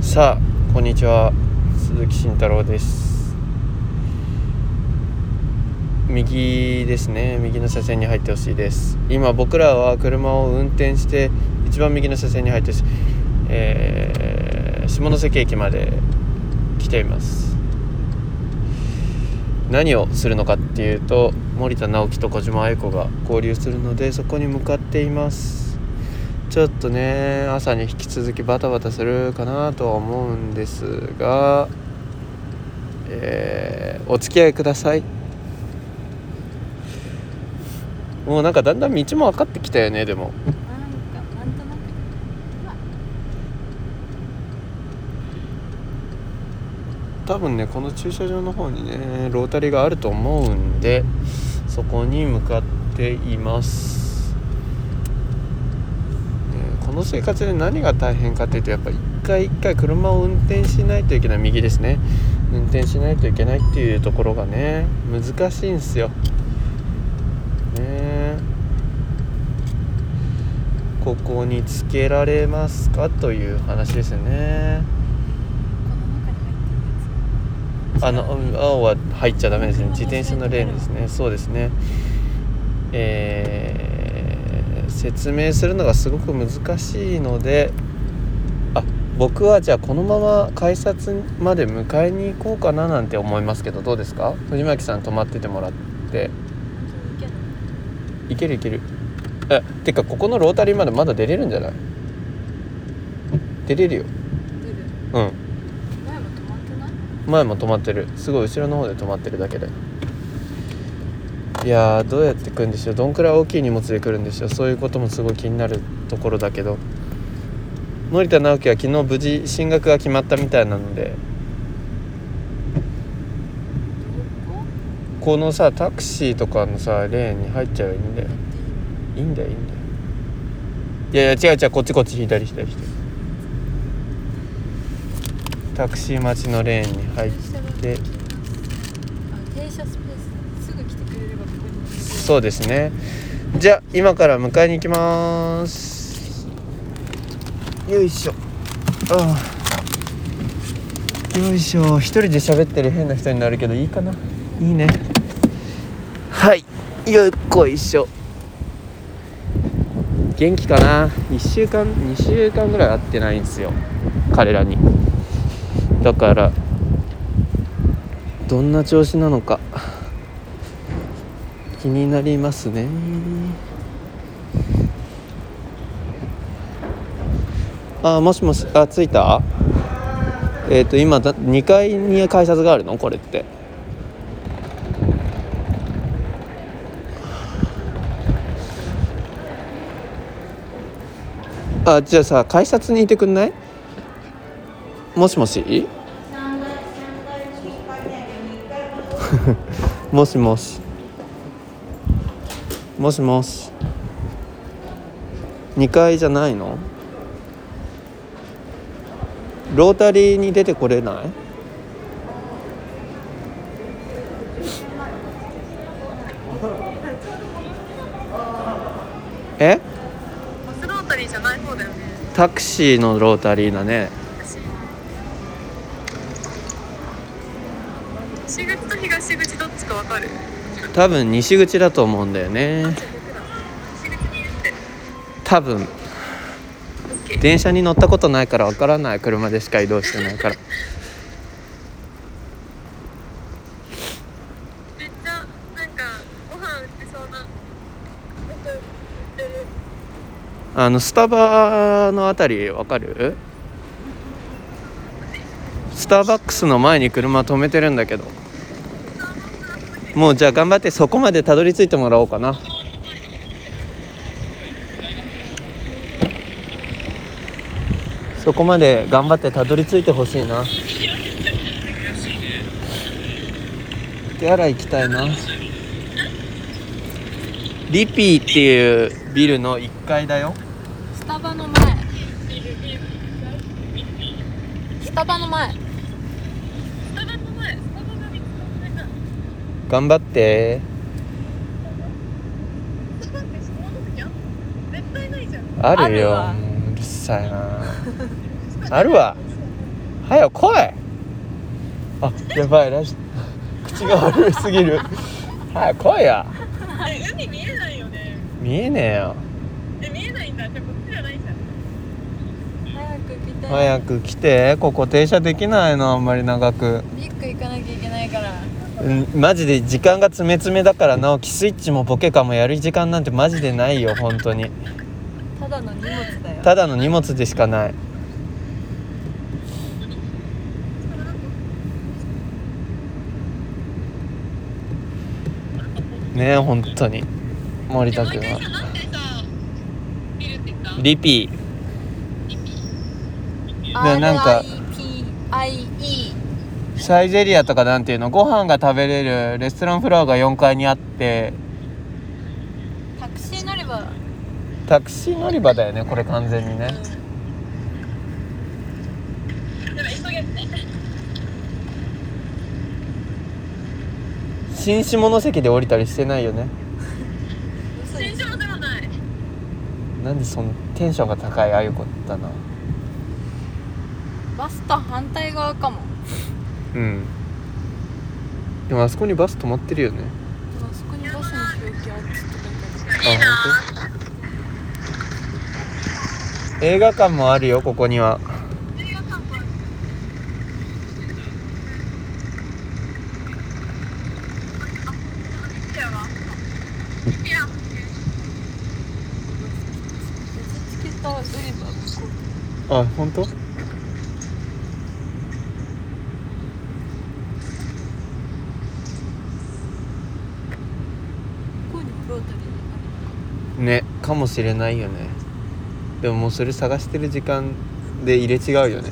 さあこんにちは鈴木慎太郎です右ですね右の車線に入ってほしいです今僕らは車を運転して一番右の車線に入ってほしい、えー下関駅まで来ています何をするのかっていうと森田直樹と小島愛子が合流するのでそこに向かっていますちょっとね朝に引き続きバタバタするかなとは思うんですが、えーお付き合いくださいもうなんかだんだん道も分かってきたよねでもなんかなんとなく多分ねこの駐車場の方にねロータリーがあると思うんでそこに向かっています、ねこの生活で何が大変かっていうとやっぱ一回一回車を運転しないといけない右ですね運転しないといけないっていうところがね難しいんすよねここにつけられますかという話ですよねこの中に入ってるやつあのうん青は入っちゃダメですね自転車のレーンですねそうですねえー説明するのがすごく難しいのであ僕はじゃあこのまま改札まで迎えに行こうかななんて思いますけどどうですか藤巻さん泊まっててもらって本当にいけるいけるいけるえてかここのロータリーまでまだ出れるんじゃない出れるよ出るうん前も止まってない前も止まってるすごい後ろの方で止まってるだけでいやーどうやって来るんでしょうどんくらい大きい荷物で来るんでしょうそういうこともすごい気になるところだけど森田直樹は昨日無事進学が決まったみたいなのでどここのさタクシーとかのさレーンに入っちゃえばいいんだよいいんだよいいんだよいやいや違う違うこっちこっち左左左タクシー待ちのレーンに入っ停車場にて行きますあ停車スペースすぐ来てくれればここに行けるそうですね。じゃあ今から迎えに行きます。よいしょ。ああ。よいしょ。一人で喋ってる変な人になるけどいいかな。いいね。はい。よっこいしょ。元気かな1週間2週間ぐらい会ってないんですよ彼らにだからどんな調子なのか気になりますねあもしもしあ着いたえっ、と今だ2階に改札があるのこれってあじゃあさ改札にいてくんないもしもし もしもしもしもし2階じゃないのロータリーに出てこれないえバスロータリーじゃない方だよねタクシーのロータリーだね私西口と東口どっちかわかる多分西口だと思うんだよね西口にいるって多分電車に乗ったことないからわからない車でしか移動してないからめっちゃなんかご飯売ってそうななんか売ってるあのスタバのあたりわかるスターバックスの前に車止めてるんだけどもうじゃあ頑張ってそこまでたどり着いてもらおうかなそこまで頑張ってたどり着いてほしいな手洗い行きたいなリピーっていうビルの1階だよスタバの前スタバの前頑張ってあるあるよわうるさいなあるわ早く来いあやばいラジ口が悪すぎる早く来いやあれ海見えないよね見えねえよえ見えないんだじゃあこっちじゃないんだ早く来て早く来てここ停車できないのあんまり長くビッグ行かなきゃいけないからうんマジで時間が詰め詰めだから直樹スイッチもボケかもやる時間なんてマジでないよ本当にただの荷物だよただの荷物でしかないねえ本当に森田君はえもう一回さなんでさ見るって言ったリピあなんか RIPIE ーサイゼリアとかなんていうのご飯が食べれるレストランフロアが4階にあってタクシー乗ればタクシー乗り場だよねこれ完全にねやばい急げって新下関で降りたりしてないよね嘘全でし然わからないなんでそのテンションが高いあゆこだなバスと反対側かもうんでもあそこにバス止まってるよねでもあそこにバスの表記あっちとか書いてあるいいな映画館もあるよここには映画館もあるあ見ちゃうわいや別チケットは売れば向こうあ本当向こうにロータリーにあるねかもしれないよねでももうそれ探してる時間で入れ違うよね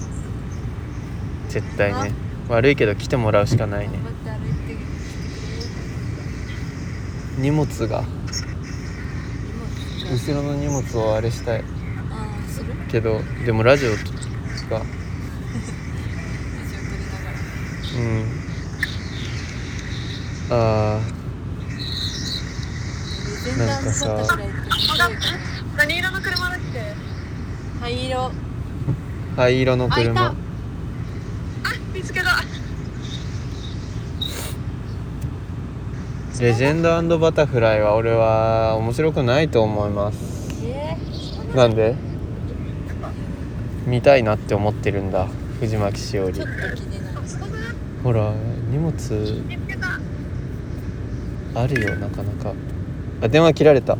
絶対ね悪いけど来てもらうしかないね頑張って歩いてきて荷物がくれる荷物後ろの荷物をあれしたいああするけどでもラジオがラジオ撮りながらうんあ前段取ったぐらいってすごいよね何色の車だっけ灰色ー灰色のあいた車あ見つけたレジェンドバタフライは俺は面白くないと思いますえなんで見たいなって思ってるんだ藤巻しおー、りちょっと気になるここだほら荷物見つけたあるよなかなかあ電話切ら れた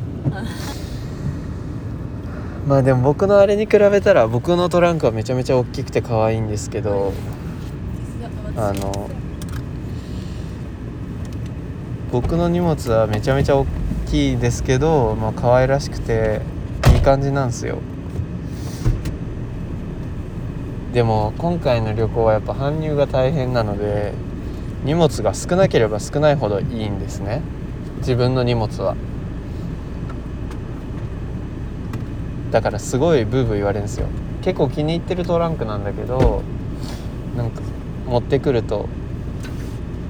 まあでも僕のあれに比べたら僕のトランクはめちゃめちゃ大きくて可愛いんですけどあの僕の荷物はめちゃめちゃ大きいですけど、まあ可愛らしくていい感じなんですよでも今回の旅行はやっぱ搬入が大変なので荷物が少なければ少ないほどいいんですね自分の荷物はだからすごいブーブー言われるんですよ結構気に入ってるトランクなんだけどなんか持ってくると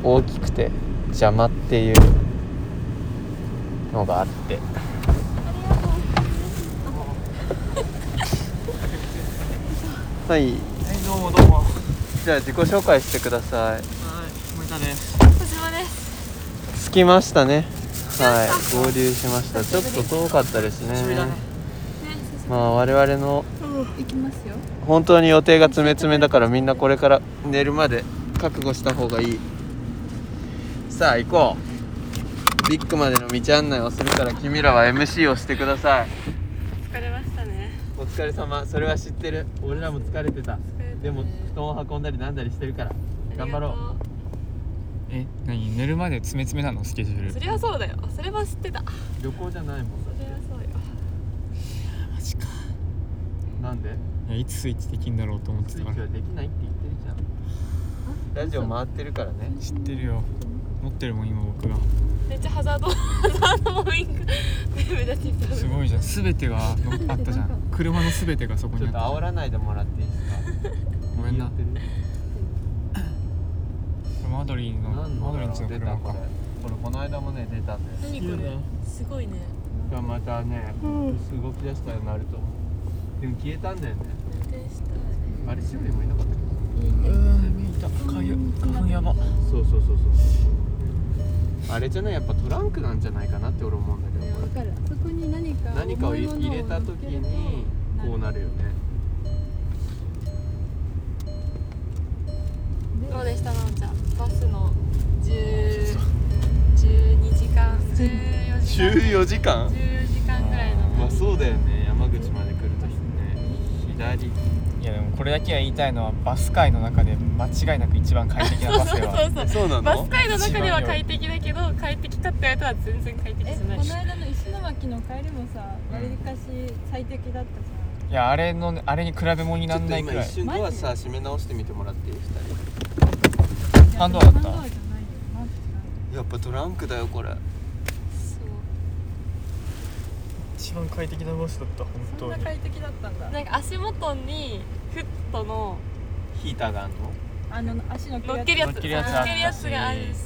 大きくて邪魔っていうのがあってはいはい、どうもどうも。はい、じゃあ自己紹介してください森田です。小島です着きましたねはい合流しましたちょっと遠かったですね久しぶりだねまあ我々の行きますよ本当に予定が詰め詰めだからみんなこれから寝るまで覚悟した方がいいさあ行こうビッグまでの道案内をするから君らは MC をしてください疲れましたねお疲れ様それは知ってる俺らも疲れてたでも布団を運んだりなんだりしてるから頑張ろうえ、何寝るまで詰め詰めなのスケジュール。それはそうだよそれは知ってたそ旅行じゃないもんだってれはそうよマジか。なんでいやいつスイッチできんだろうと思ってスイたかッチはら。できないって言ってるじゃんラジオ回ってるからね知ってるよ。持ってるもん今僕が。めっちゃハザードハザードモーイング全部出してたすごいじゃん。すべてがのあったじゃん。車のすべてがそこちょにっあっとたじゃん。煽らないでもらっていいですかごめんな言ってるマドリーの何のマドリーの出た車これか。これこの間もね出たんだよ何これすごいねがまたね、動き出したようになると思うでも消えたんだよね運転したいあれしおりもいなかったっけいうーん見たかゆ花粉やばそうそうそうそうあれじゃないやっぱトランクなんじゃないかなって俺思うんだけどこれわかるあそこに何か何かをい重いもの入れた時にこうなるよねどうでしたなおちゃんバスの10 12時間14時間14時間14時間ぐらいのまあそうだよね山口まで来るときね左いやでもこれだけは言いたいのはバス界の中で間違いなく一番快適なバスではそうそうなバのス界の中では快適だけど快適かって言われたら全然快適じえゃこないの間の石巻の帰りもさわりかし最適だったじゃんいやあれのねあれに比べ物にちなょんっとない今くら一い瞬ドアさ閉め直してみてもらっていい2ハンドアウハトだンドアウトじゃないよマジ違人やっぱトランクだよこれそう一番快適なバスだったう本そんな快適だったんだなんか足元にフットのヒーターがあるのあの足の乗っけるやつ乗っけるやつ乗っけるやつがああっるたしし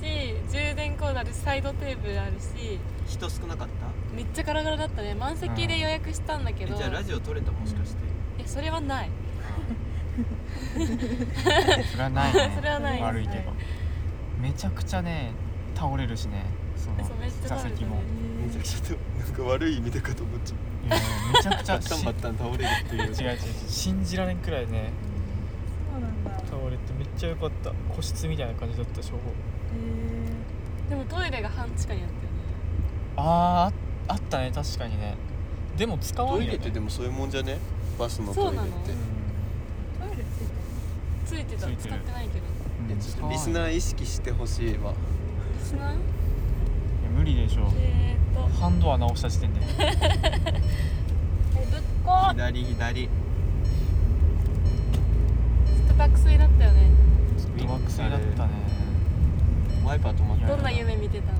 充電コードあるしサイドテーブルあるし人少なかっためっちゃガラガラだったね満席で予約したんだけえど、じゃあラジオ撮れたもしかしていやそれはないそれはない ねそれはない歩いてばめちゃくちゃね倒れるしねそのそうめっちゃ座倒れた席ねもめちゃくちゃなんか悪い意味でかと思っちゃういやいやめちゃくち バッタゃンしバッタン倒れるっていう違う違う信じられんくらいねそうなんだ倒れてめっちゃ良かった個室みたいな感じだったしょえでもトイレが半地下にあったよねあーああったね確かにねでも使わトんイよレっねてでもそういうもんじゃねバスのトイレっそうてなのー、トイレついてついてたついて使るってないけどうんいやちょっとリスナー意識してほしいわしないいや無理でし ょえー、っとハンドは直した時点でるえどこ左左ちょっと爆睡だったよねドラクセだったねワイパー止まっいやたどんな夢見てたの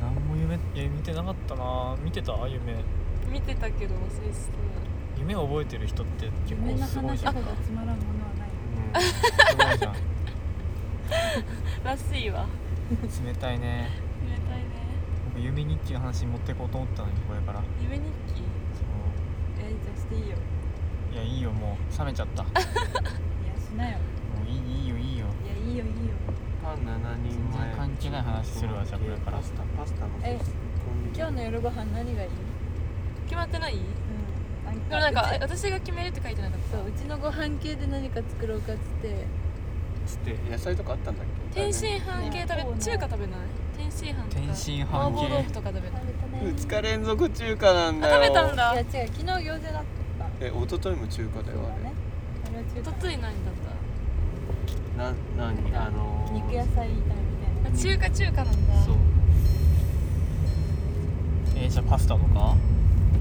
何も夢いや見てなかったな見てた夢見てたけど忘れて夢覚えてる人って結みん構なすごい話じすゃんほどつまらんものはないうんすごいじゃんたらしいわ冷たいね冷たいね僕夢日記の話持ってこうと思ったのにこれから夢日記そえじゃあしていいよいういやいいよもう冷めちゃったもやしなよういいいいよいいよいやいいよいいよパン7人全前然関係ない話するわじゃあこれからパスタパスタのえコンビニ今日の夜ご飯何がいい決まってないでうんもなんかうち私が決めるって書いてなかっそううちのご飯系で何か作ろうかっつってつって野菜とかあったんだっけた天津飯系そう食ねべ中華食べない天津飯とか天津飯系麻婆豆腐とか食べない2日連続中華なんだあよ食べたんだいや違う昨日餃子だったえ一昨日も中華だよそうだあれねあれは中一華昨日何だったな何あのー肉野菜炒めみたいなあ中華中華なんだそうえー、じゃあパスタとか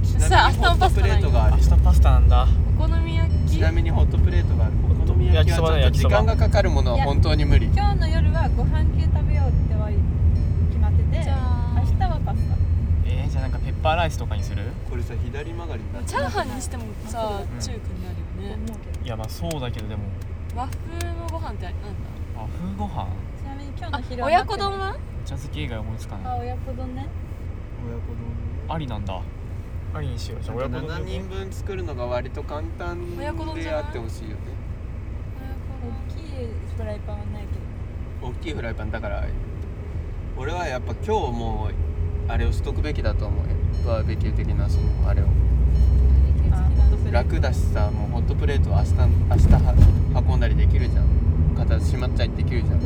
ちさなあみにホ明ット日もパスタプレなーいのトがあ明る日パスタなんだお好み焼きちなみにホットプレートがあるお好み焼きはちょっと焼き時そば間だがかかるものは本当に無理今日の夜はご飯系食べようっては決まっててじゃあ明日はパスえー、じゃあなんかペッパーライスとかにするこれさ左曲がりになってチャーハンにしてもさ、うん中華になるタとよね思うけどいやまあそうだけどでも和風のご飯ってなんだ和風ご飯ちなみに今日のあ昼は親子丼はお茶漬け以外思いつかあない親子丼ね親子丼ありなんだありにしようじゃあ親子丼7人分作るのが割と簡単で親子丼じゃないあってほしいよね大きいフライパンはないけど大きいフライパンだから俺はやっぱ今日もうあれをしとくべきだと思うよバーベキュー的なそのあれをあホットプレート楽だしさもうホットプレートは明日明日は運んだりできるじゃん片閉まっちゃいできるじゃん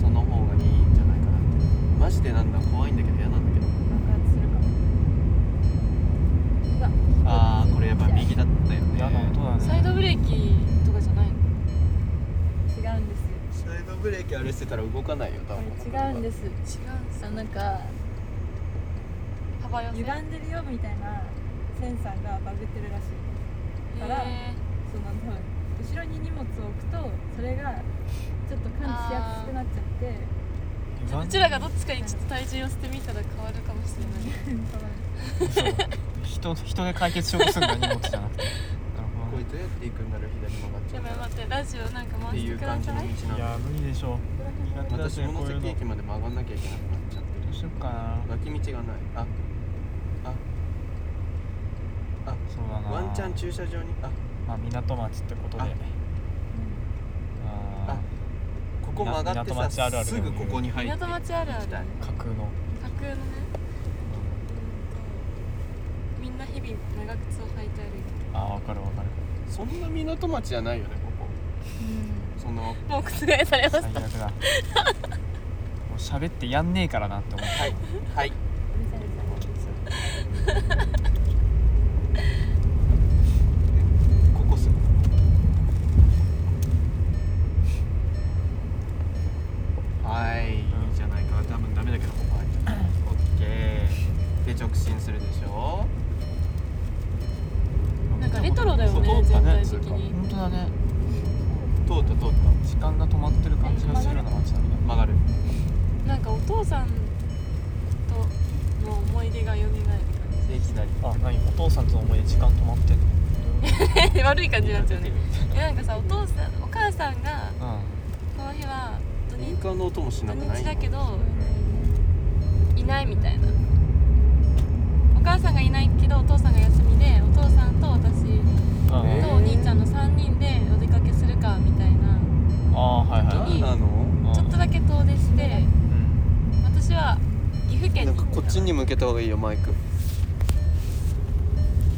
その方がいいんじゃないかなってマジでなんだ怖いんだけど嫌なんだけど爆発するかもうわああこれやっぱ右だったよね嫌な音だねサイドブレーキとかじゃないの違うんですサイドブレーキあれしてたら動かないよ多こ分れ違うんですす違うんすあのなんか幅寄せ歪んでるよみたいなセンサーがバグってるらしいからへその多分後ろに荷物を置くとそれがちょっと感知しやすくなっちゃってーうちらがどっちかにちょっと体重を捨てみたら変わるかもしれないそう人人で解決しようとするんだ荷物じゃ なくてなるほこれどねどうやって行くんだろう左曲がっちでゃっもたらっ待ってラジオなんか回てしいてうくだ感じのさ道いなんいやだ無理でしょ苦手だ私しねもこういう関の駅まで曲がんなきゃいけなくなっちゃってどうしよっかな脇道がないあそうだなワンチャン駐車場にあまあ港町ってことであこ曲がって港町あるあさるすぐここに入って港町あるある行き架空の架空のねうんとみんな日々長靴を履いて歩いてあーわかるわかるそんな港町じゃないよねここそのるもう覆されま最し悪ただもう喋ってやんねえからなって思ったはいはいここっすはいいいじゃないか多分ダメだけどここ入ったオッケーで直進するでしょなんかレトロだよね通った全ね体的に本当だね通った通っ時間が止まってる感じがするような街並みた曲がるなんかお父さんとの思い出が蘇るで左だあ何お父さんとの思い出時間止まってんの感じ 悪い感じになっちゃうねいやなんかさお父さんお母さんがこの日は土民日間の音もしなく土ない日だけどいないみたいなお母さんがいないけどお父さんが休みでお父さんと私うん、うんえとお兄ちゃんの3人でお出かけするかみたいなあーはいはいはい何なのうんちょっとだけ遠出してうん私は岐阜県なにんかこっちに向けた方がいいよマイク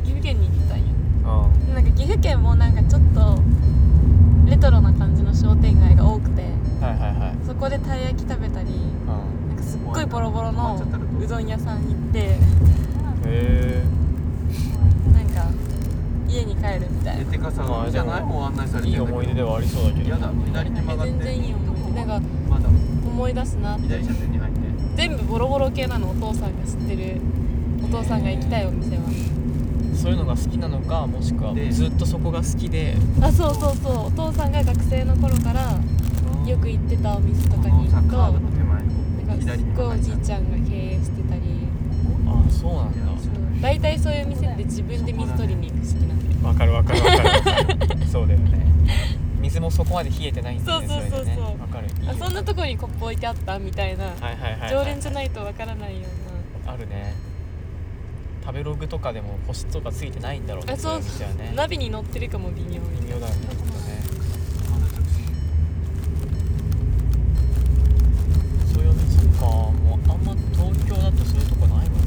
岐阜県に行ったんよあなんか岐阜県もなんかちょっとレトロな感じの商店街が多くてーはいはいはいそこでたい焼き食べたうりんなんかすっごいボロボロのうどん屋さん行ってへえなんか家に帰るみたいえなてかさまあ海じゃないもう案内されていい思い出ではありそうだけどやだ左に曲がって全然いい思い出なんかまだ思い出すな左車線に入って全部ボロボロ系なのお父さんが知ってるお父さんが行きたいお店はそういうのが好きなのかもしくはでずっとそこが好きであそうそうそうお父さんが学生の頃からよく行ってたお店とかに行くカとーブの手前なんかすっごいおじいちゃんが経営してたりああそうなんだそう大体そういう店って自分で水取りに行く式なんでわかるわかるわかる そうだよね水もそこまで冷えてないんだよねそうそうそうそうれでねわかるいいよあそんなとこにコップ置いてあったみたいなはいはいはい、はい、常連じゃないとわからないようあるね食べログとかでも星とかついてないんだろうねあそうい店はなね鍋に乗ってるかも微妙に微妙だよねちょっとねそういうお店かもうあんま東京だとそういうとこないもんね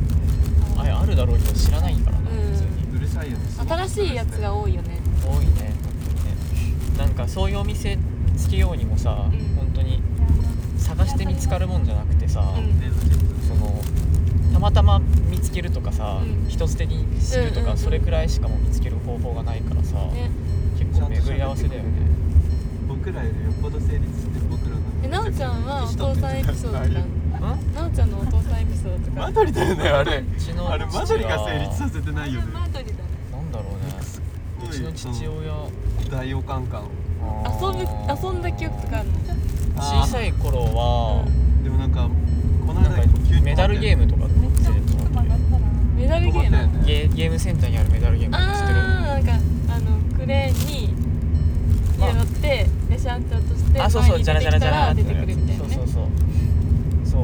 あれあるだろうけど知らないからな、うん普通にうるさいよね新しいやつが多いよね多いね本当にねなんかそういうお店つけようにもさ、うん本当に探して見つかるもんじゃなくてさ、うんそのたまたま見つけるとかさ、うん人捨てにするとか、うんうんうんそれくらいしかもう見つける方法がないからさ、ね結構巡り合わせだよね僕らよりよっぽど成立して僕らのえなおちゃんはお父さんエピソードとかうんなおちゃんのお父さんエピソードとかマドリだよねあれうちのあれマドリが成立させてないよねマドリだねなんだろうねうちの父親大洋カンカン遊ぶ遊んだ記憶とかあるの小さい頃は、でもなんかこのなん間かメダルゲームムとか連れてもらってメダルゲームゲーゲームセンターにあるメダルゲーム知ってるああなんかあのクレーンにまあ乗ってでシャンと落としてあそうそうじゃら前じにゃら出てきじゃらたらってな出てるくやるつみたいなねそうそうそうそう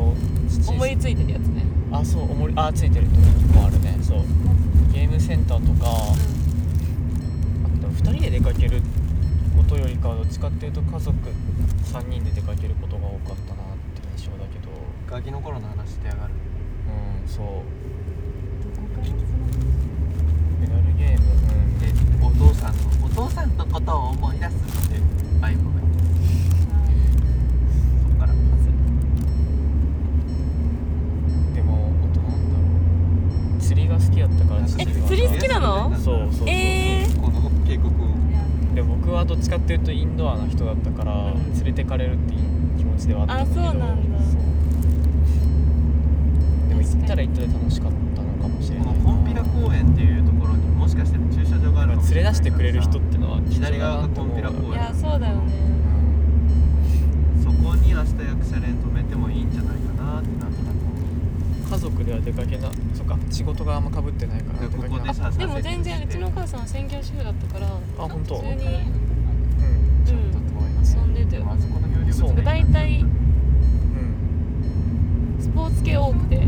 父思いついてるやつねあそうおもりあついてるとこもあるねそうゲームセンターとかあと2人で出かけることよりかはどっちかっていうと家族3人で出かけることが多かったなって印象だけどガキの頃の話してやがるうんそうメダルゲームうんでお父さんのお父さんのことを思い出すってあいごめんそっからでもあとなんだろう釣りが好きやったからえ釣りが釣り好きなのそうそうそうえーこの警告をで僕はどっちかっていうとインドアな人だったからうん連れてかれるっていう気持ちではあったんだけどあそうなんだそうでも確かに行ったら行ったで楽しかったのかもしれこないなのコンピラ公園っていうところにもしかしたら駐車場があるかもしれな連れい出してくれる人ってのは貴重だ左側ながとコン思うピラい公園やそうだよねそこに明日役者連止めてもいいんじゃないかなってなんとなく家族では出かけなそっか仕事があんまかぶってないからで出かけここなでさあでも全然うちのお母さんは専業主婦だったから本当普う通んにちうょっとん遠い遊んでたよあそこの漂流そうね大体うんスポーツ系多くて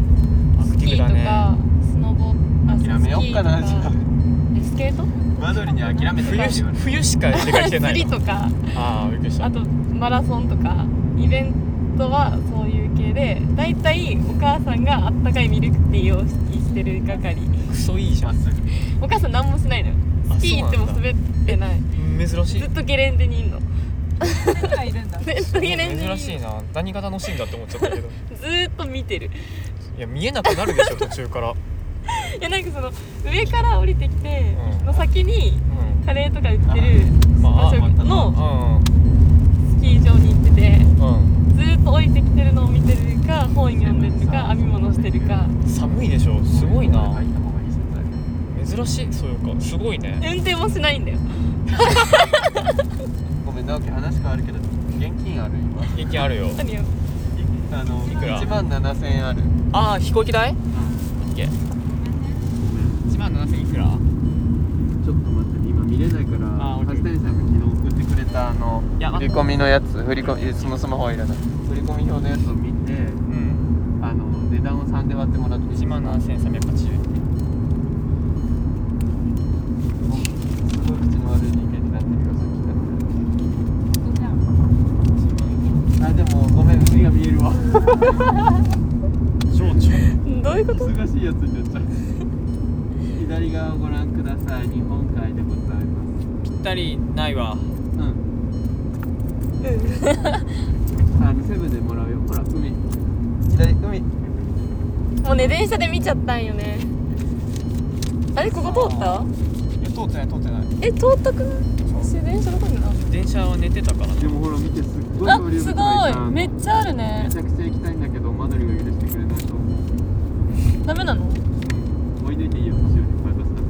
アクテスィキブーだとねかスノボあ諦めようかなスキーとかえスケートマドリに諦めて冬し冬しか出かけてな 釣いりのとかああびっくりしたあとマラソンとかイベントはそういう系で大体お母さんがあったかいミルクティーをしてる係クソいいじゃんお母さん何もしないのよあスキー行ってもそうなん滑ってないだ珍しいずっとゲレンデにいんの誰がいるんだずっとゲレンデに珍しいな何が楽しいんだって思っちゃったけどずーっと見てるいや見えなくなるでしょ 途中からいやなんかその上から降りてきてうんの先にうんカレーとか売ってるま場あ所のうスキー場に行っててんうんずーっと降りてきてるのを見てるか本読んでるか編み物してるか寒いでしょすごいな珍しいそういうかすごいね運転もしないんだよごめん直樹話変わるけど現金ある今元気あるよ何よあのいくら1万7000円あるああ飛行機代 ?OK1 万7000いくらちょっと待って今見れないからあオッケー橋谷さんが昨日送ってくれたあのいや振り込みのやつ振り込みそのスマホはいらない振り込み表のやつを見てうんあの値段を3で割ってもらって1万7380円すごい口の悪い人間になってるよさっきからあでもごめん海が見える わ情緒どういうこと忙しいやつになっちゃう左側をご覧ください日本海でございますぴったりない わうんうんあのセブンでもらうよほら海左海もうね電車で見ちゃったんよねあれここ通っいたや通ってない通ってないえ通ったくない私電車どこにあんの電車は寝てたからねでもほら見てすっごいあボリューム高すじゃごいんめっちゃあるねめちゃくちゃ行きたいんだけどマドリが許してくれないと思うダメなの追い抜いていいよ後ろに声出した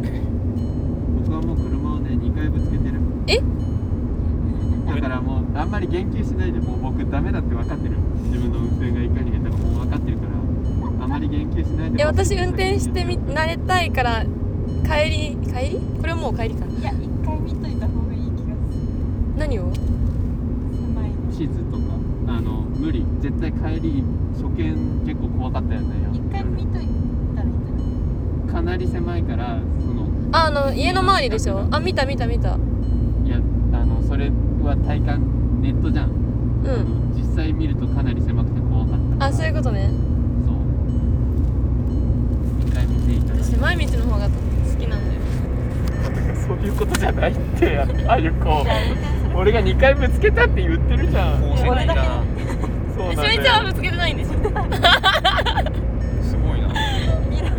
僕はもう車をね2回ぶつけてるえだからもうあんまり言及しないでもう僕ダメだって分かってる自分の運転がいかに下手かもう分かってるからあんまり言及しないでえ私運転してみ慣れたいから帰り帰りこれはもう帰りかいや一回見といた方がいい気がする何を狭いの地図とかあの無理絶対帰り初見結構怖かったよね一回見といたらいいんじゃないかなり狭いからそのああの家の周りでしょあ見た見た見たいやあのそれは体感ネットじゃん、うあんの実際見るとかなり狭くて怖かったからあそういうことねそう一回見ていただい私て狭い道の方が好きなんだよそういうことじゃないってあゆこ俺が2回ぶつけたって言ってるじゃん高世代だそうえなんだしおりちゃんはよぶつけてないんでしょすごいなミラ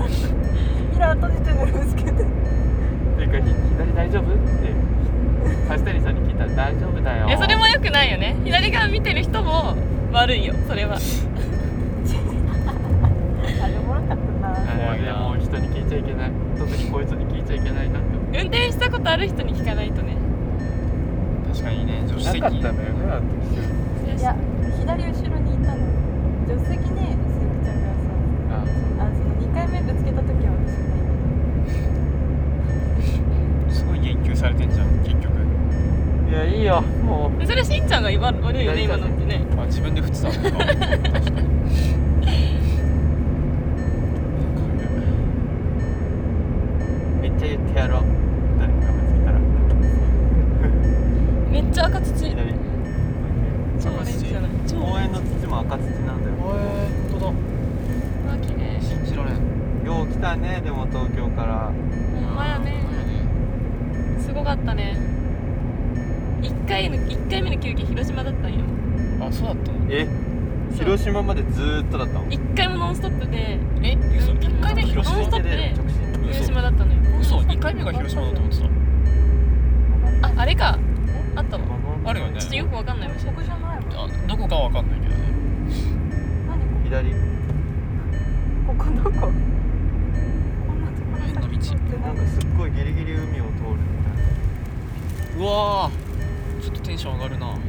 ー閉じてるんですけどていうかひ左大丈夫って橋谷さんに聞いたら大丈夫だよえそれも良くないよね左側見てる人も悪いよそれはあれおもろかったなあれはもう人に聞いちゃいけないその時こいつに聞いちゃいけないなって思運転したことある人に聞かないとね確かにね助手席だっていや左後ろにいたの助手席に鈴木ちゃんがさああその2回目ぶつけた時は私がいなすごい言及されてんじゃん結局そういやいいよもうえそれしんちゃんが今悪いよね左今側のってねあ自分で振ってたのか確かにめっちゃ言ってやろう誰かぶつけたらめっちゃ赤土左超オレンジじゃない超公園の土も赤土なんだよえー、本あ綺麗当だ信じられんよう来たねでも東京からほんまやねすごかったね1回の一回目の休憩広島だったんよあそうだったのえ広島までずーっとだったの1回もノンストップでえ嘘一回目広ノンスト島ップで直進広島だったのよ嘘二回目が広島だと思ってああれかあったわたあるよねちょっとよくわかんないわいここじゃないわあどこかわかんないけどね何左ここどここんなところ変な道通ってなないんかすっごいギリギリ海を通るみたうわーちょっとテンション上がるないなも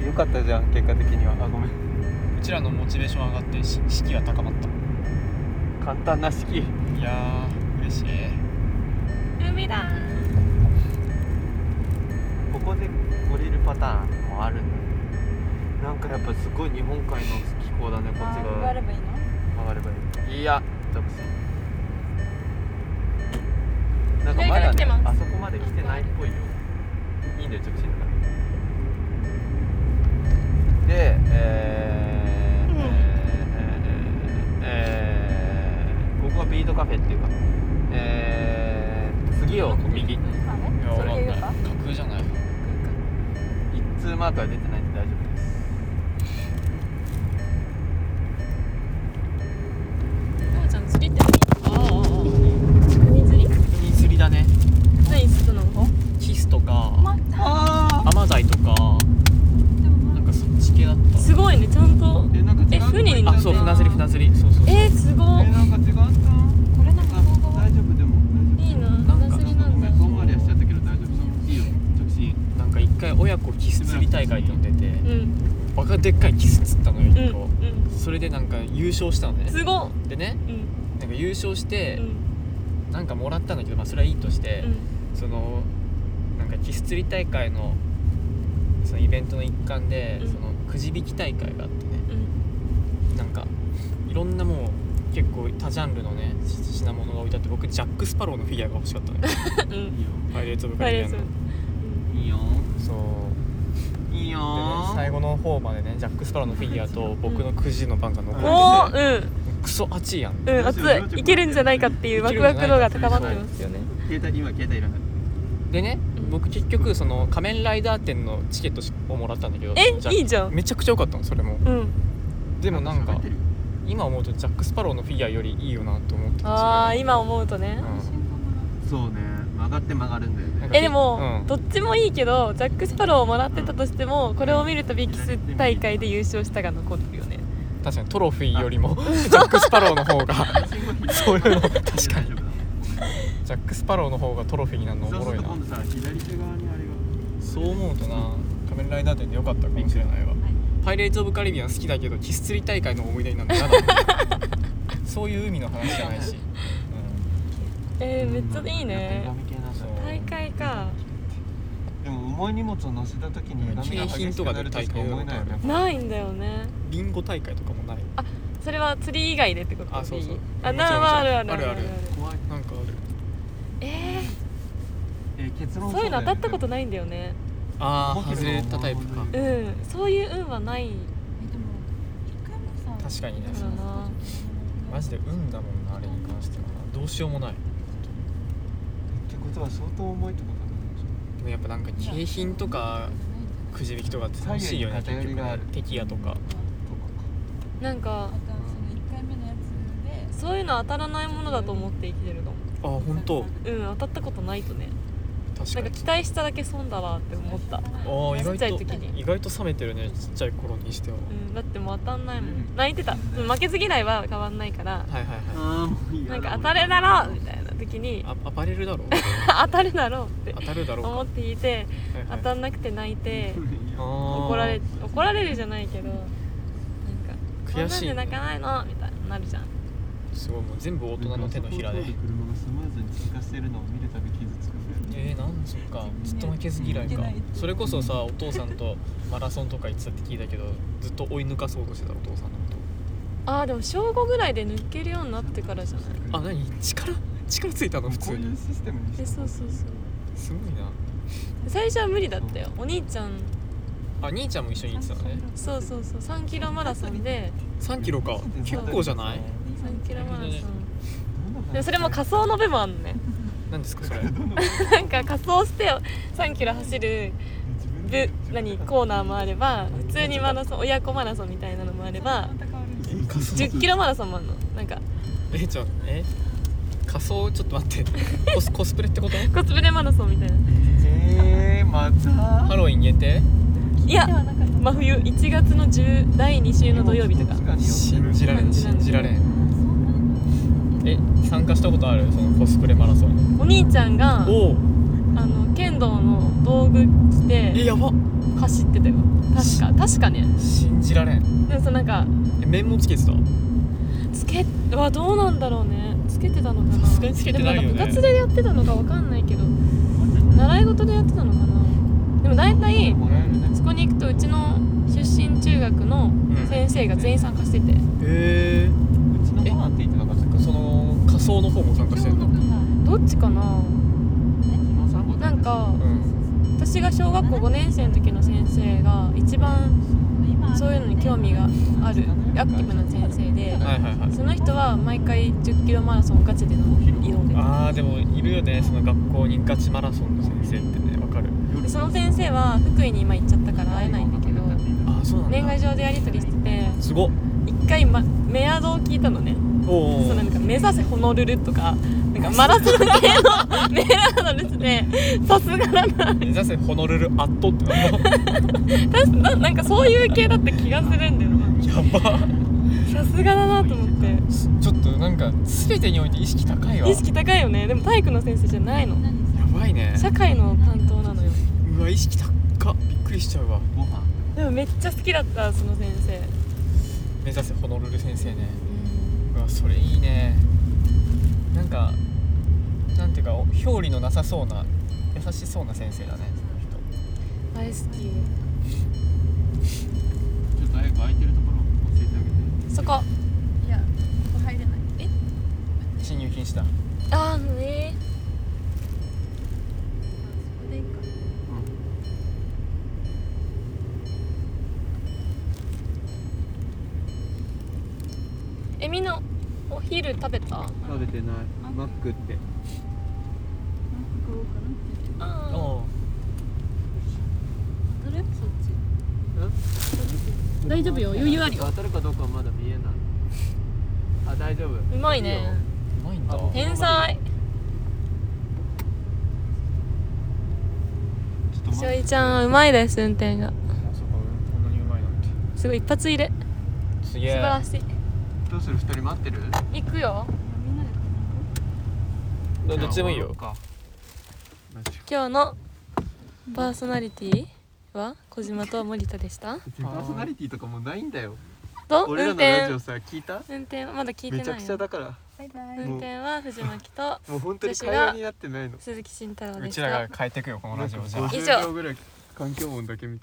うよかったじゃん結果的にはあごめんうちらのモチベーション上がってし士気が高まった簡単な式いやー嬉しい海だここで降りるパターンもあるんだなんかやっぱすごい日本海の気候だねこっちあー側上がればいいの曲がればいいいや独身なんかただいてますあそこまで来てないっぽいよいいんだよ直進だからでえーうんえーえーえーここはビートカフェっていうかえー次を右あれそれで言うか架空じゃない一通マークは出てないんで大丈夫ですなおちゃん釣りって何釣り海釣りだね何するのキスとかまアマダイとかでもまなんかそっち系だったすごいねちゃんとえなんかえ船に乗あってそうる船釣り船釣りそうそうそうえー、すごえなんか違ったこれの向こう側大丈夫でもいいいななんか船釣りなんだ遠回りはしちゃったけど大丈夫いいよ直進なんか一回親子キス釣り大会と出てうんうんバカでっかいキス釣ったのよう一個、んそれでなんか優勝したのねすごっでねうんなんか優勝してうんなんかもらったんだけどまあそれはいいとしてう、んそのなんかキス釣り大会のそのイベントの一環で、うんそのくじ引き大会があってねうんなんかいろんなもう結構多ジャンルのねし品物が置いてあって僕ジャック・スパローのフィギュアが欲しかったの ようんいいよパイレーツ・オブ・カパイリビレアーンツのいいよそういいよでね最後の方までねジャック・スパローのフィギュアと僕のくじの番が残おってて、ークソ熱いやんうんうん熱いいけるんじゃないかっていうワクワク度が高まってますよね携帯今携帯いらないでねうん僕結局その仮面ライダー店のチケットをもらったんだけどえジャいいじゃんめちゃくちゃ良かったのそれもうんでもなん喋かってる今思うとジャック・スパローのフィギュアよりいいよなと思ってああー今思うとねそうね曲がって曲がるんだよねえでも、どっちもいいけどジャック・スパローをもらってたとしてもこれを見るたびキス大会で優勝したが残るよね確かにトロフィーより もジャック・スパローの方がそういうの確かににジャック・スパローの方がトロフィーになるのおそうもすろるいとな今度さ左手側にあれがそう思うとな仮面ライダー店で良かったかもしれないわ、パイレーツ・オブ・カリビアン好きだけどキス釣り大会の思い出になるの嫌だ そういう海の話じゃないし、えー、めっちゃいいねやっぱ歪み系なんだそう大会かでも重い荷物を乗せた時に歪みが激しくなるとしか思えないよねないんだよねうん、ビンゴ大会とかもないそれは釣り以外でってことあそうそうあなああるあるあるある怖いなんかあるええー結ー、論そういうの当たったことなないんだよねあー外れたタイプかうんそういう運はないでも一回もさ確かにねだからなマジで運だもんなあれに関してはどうしようもないってことは相当重いってことだねでもやっぱなんか景品とかくじ引きとかって楽しいよね左結右に偏り局があねる敵やとかなんまたそかの一回目のやつでそういうの当たらないものだと思って生きてるかもあ本当うん当たったことないとね確なかんかに期待しただけ損だわって思った、あーちっ意ちゃい外時とに意外と冷めてるねちっちゃい頃にしては、うん、だってもう当たんないもん、うん泣いてたうん負けず嫌いは変わんないからはいはいはいああもういいなんか当たるだろうみたいな時にあアパレル だろ当たるだろうって当たるだろうか、思って引いてはいは当いたんなくて泣いてあー怒られ怒られるじゃないけどなんか「こん悔なんしいでね泣かないの?」みたいになるじゃんすごいもう全部大人の手のひらで車がスムーズに通過してるのを見るたび傷つくんだよねえー、なんそっかずっと負けず嫌いいけかないそれこそさお父さんとマラソンとか行ってたって聞いたけどずっと追い抜かそうとしてたお父さんのこあーでも小5ぐらいで抜けるようになってからじゃないとあ何力力ついたの普こ通ういにうシステムにしてえそうそうそうすごいな最初は無理だったよお兄ちゃんあ兄ちゃんも一緒に行ってたのねそうそうそう3キロマラソンで3キロか結構じゃない3キロマラソンどでもそれも仮想の部もあんのね何ですかそれんななんか仮装して3キロ走る部何コーナーもあれば普通にマラソン親子マラソンみたいなのもあれば1 0キロマラソンもあるのなんか えちょえ仮装ちょっと待ってコスコスプレってことコスプレマラソンみたいなえー、またハロウィン限定いや真冬1月の10第2週の土曜日とか信じられん信じられんえ参加したことあるそのコスプレマラソンお兄ちゃんがおおあの剣道の道具着えてやば走ってたよ確か確かね信じられんでもさなんかえ面もつけてたつけはどうなんだろうねつけてたのかなさすがにつけてないよねでもなんか部活でやってたのかわかんないけど習い事でやってたのかなでも大体もらえるねそこに行くとうちの出身中学の先生が全員参加しててへうえちのご飯って言ってなかったっけその仮装の方も参加してんのどっちかななんかうん私が小学校5年生の時の先生が一番そういうのに興味があるアクティブな先生ではいはいはいその人は毎回1 0キロマラソンガチでの移動であーでもいるよねその学校にガチマラソンの先生ってねわかるでその先生は福井に今行っちゃったから会えないんだけどあーそうなんだ年賀状でやり取りしててすごっ一回、ま、メアドを聞いたのねおーそうなんか目指せホノルルとかなんかマラソン系の メアドですねさすがだな目指せホノルルアットってなる確かななんかそういう系だって気がするんだよやなばさすがだなと思ってちょっとなんか全てにおいて意識高いわ意識高いよねでも体育の先生じゃないのやばいね社会の担当なのようわ意識高っびっくりしちゃうわでもめっちゃ好きだったその先生目指せホノルル先生ねうわそれいいねなんかなんていうかお表裏のなさそうな優しそうな先生だねその大好ちょっと早く空いてるところ教えてあげて。きそこいやここ入れない人侵入禁止だああねそこでいいかえみんなお昼食べたあ食べてない。マックって。なんかこうかあおな当たるそっち大丈夫よ余裕あるよ当たるかどうかはまだ見えない。あ、大丈夫。うまいねうまいんだあ僕天才ちょっとし待おって。りちゃんはうまいです運転がまさか俺こんなにうまいなんてすごい一発入れす素げ晴えらしどうする？二人待ってる？い行くよみんなで買いに行こどどっちでもいいじよゃあ。終わろうか今日のパーソナリティは小島と森田でした別にパーソナリティとかもうないんだよ。と俺ら運のラジ転オさ聞いた？運転はまだ聞いてめちゃなくいちゃよだから。うバイバイ運転は藤巻ともう本当に会話になってないの。鈴木慎太郎うでしちらたが変えてくよこのラジオじゃあ50以上秒ぐらい環境音だけみたいな。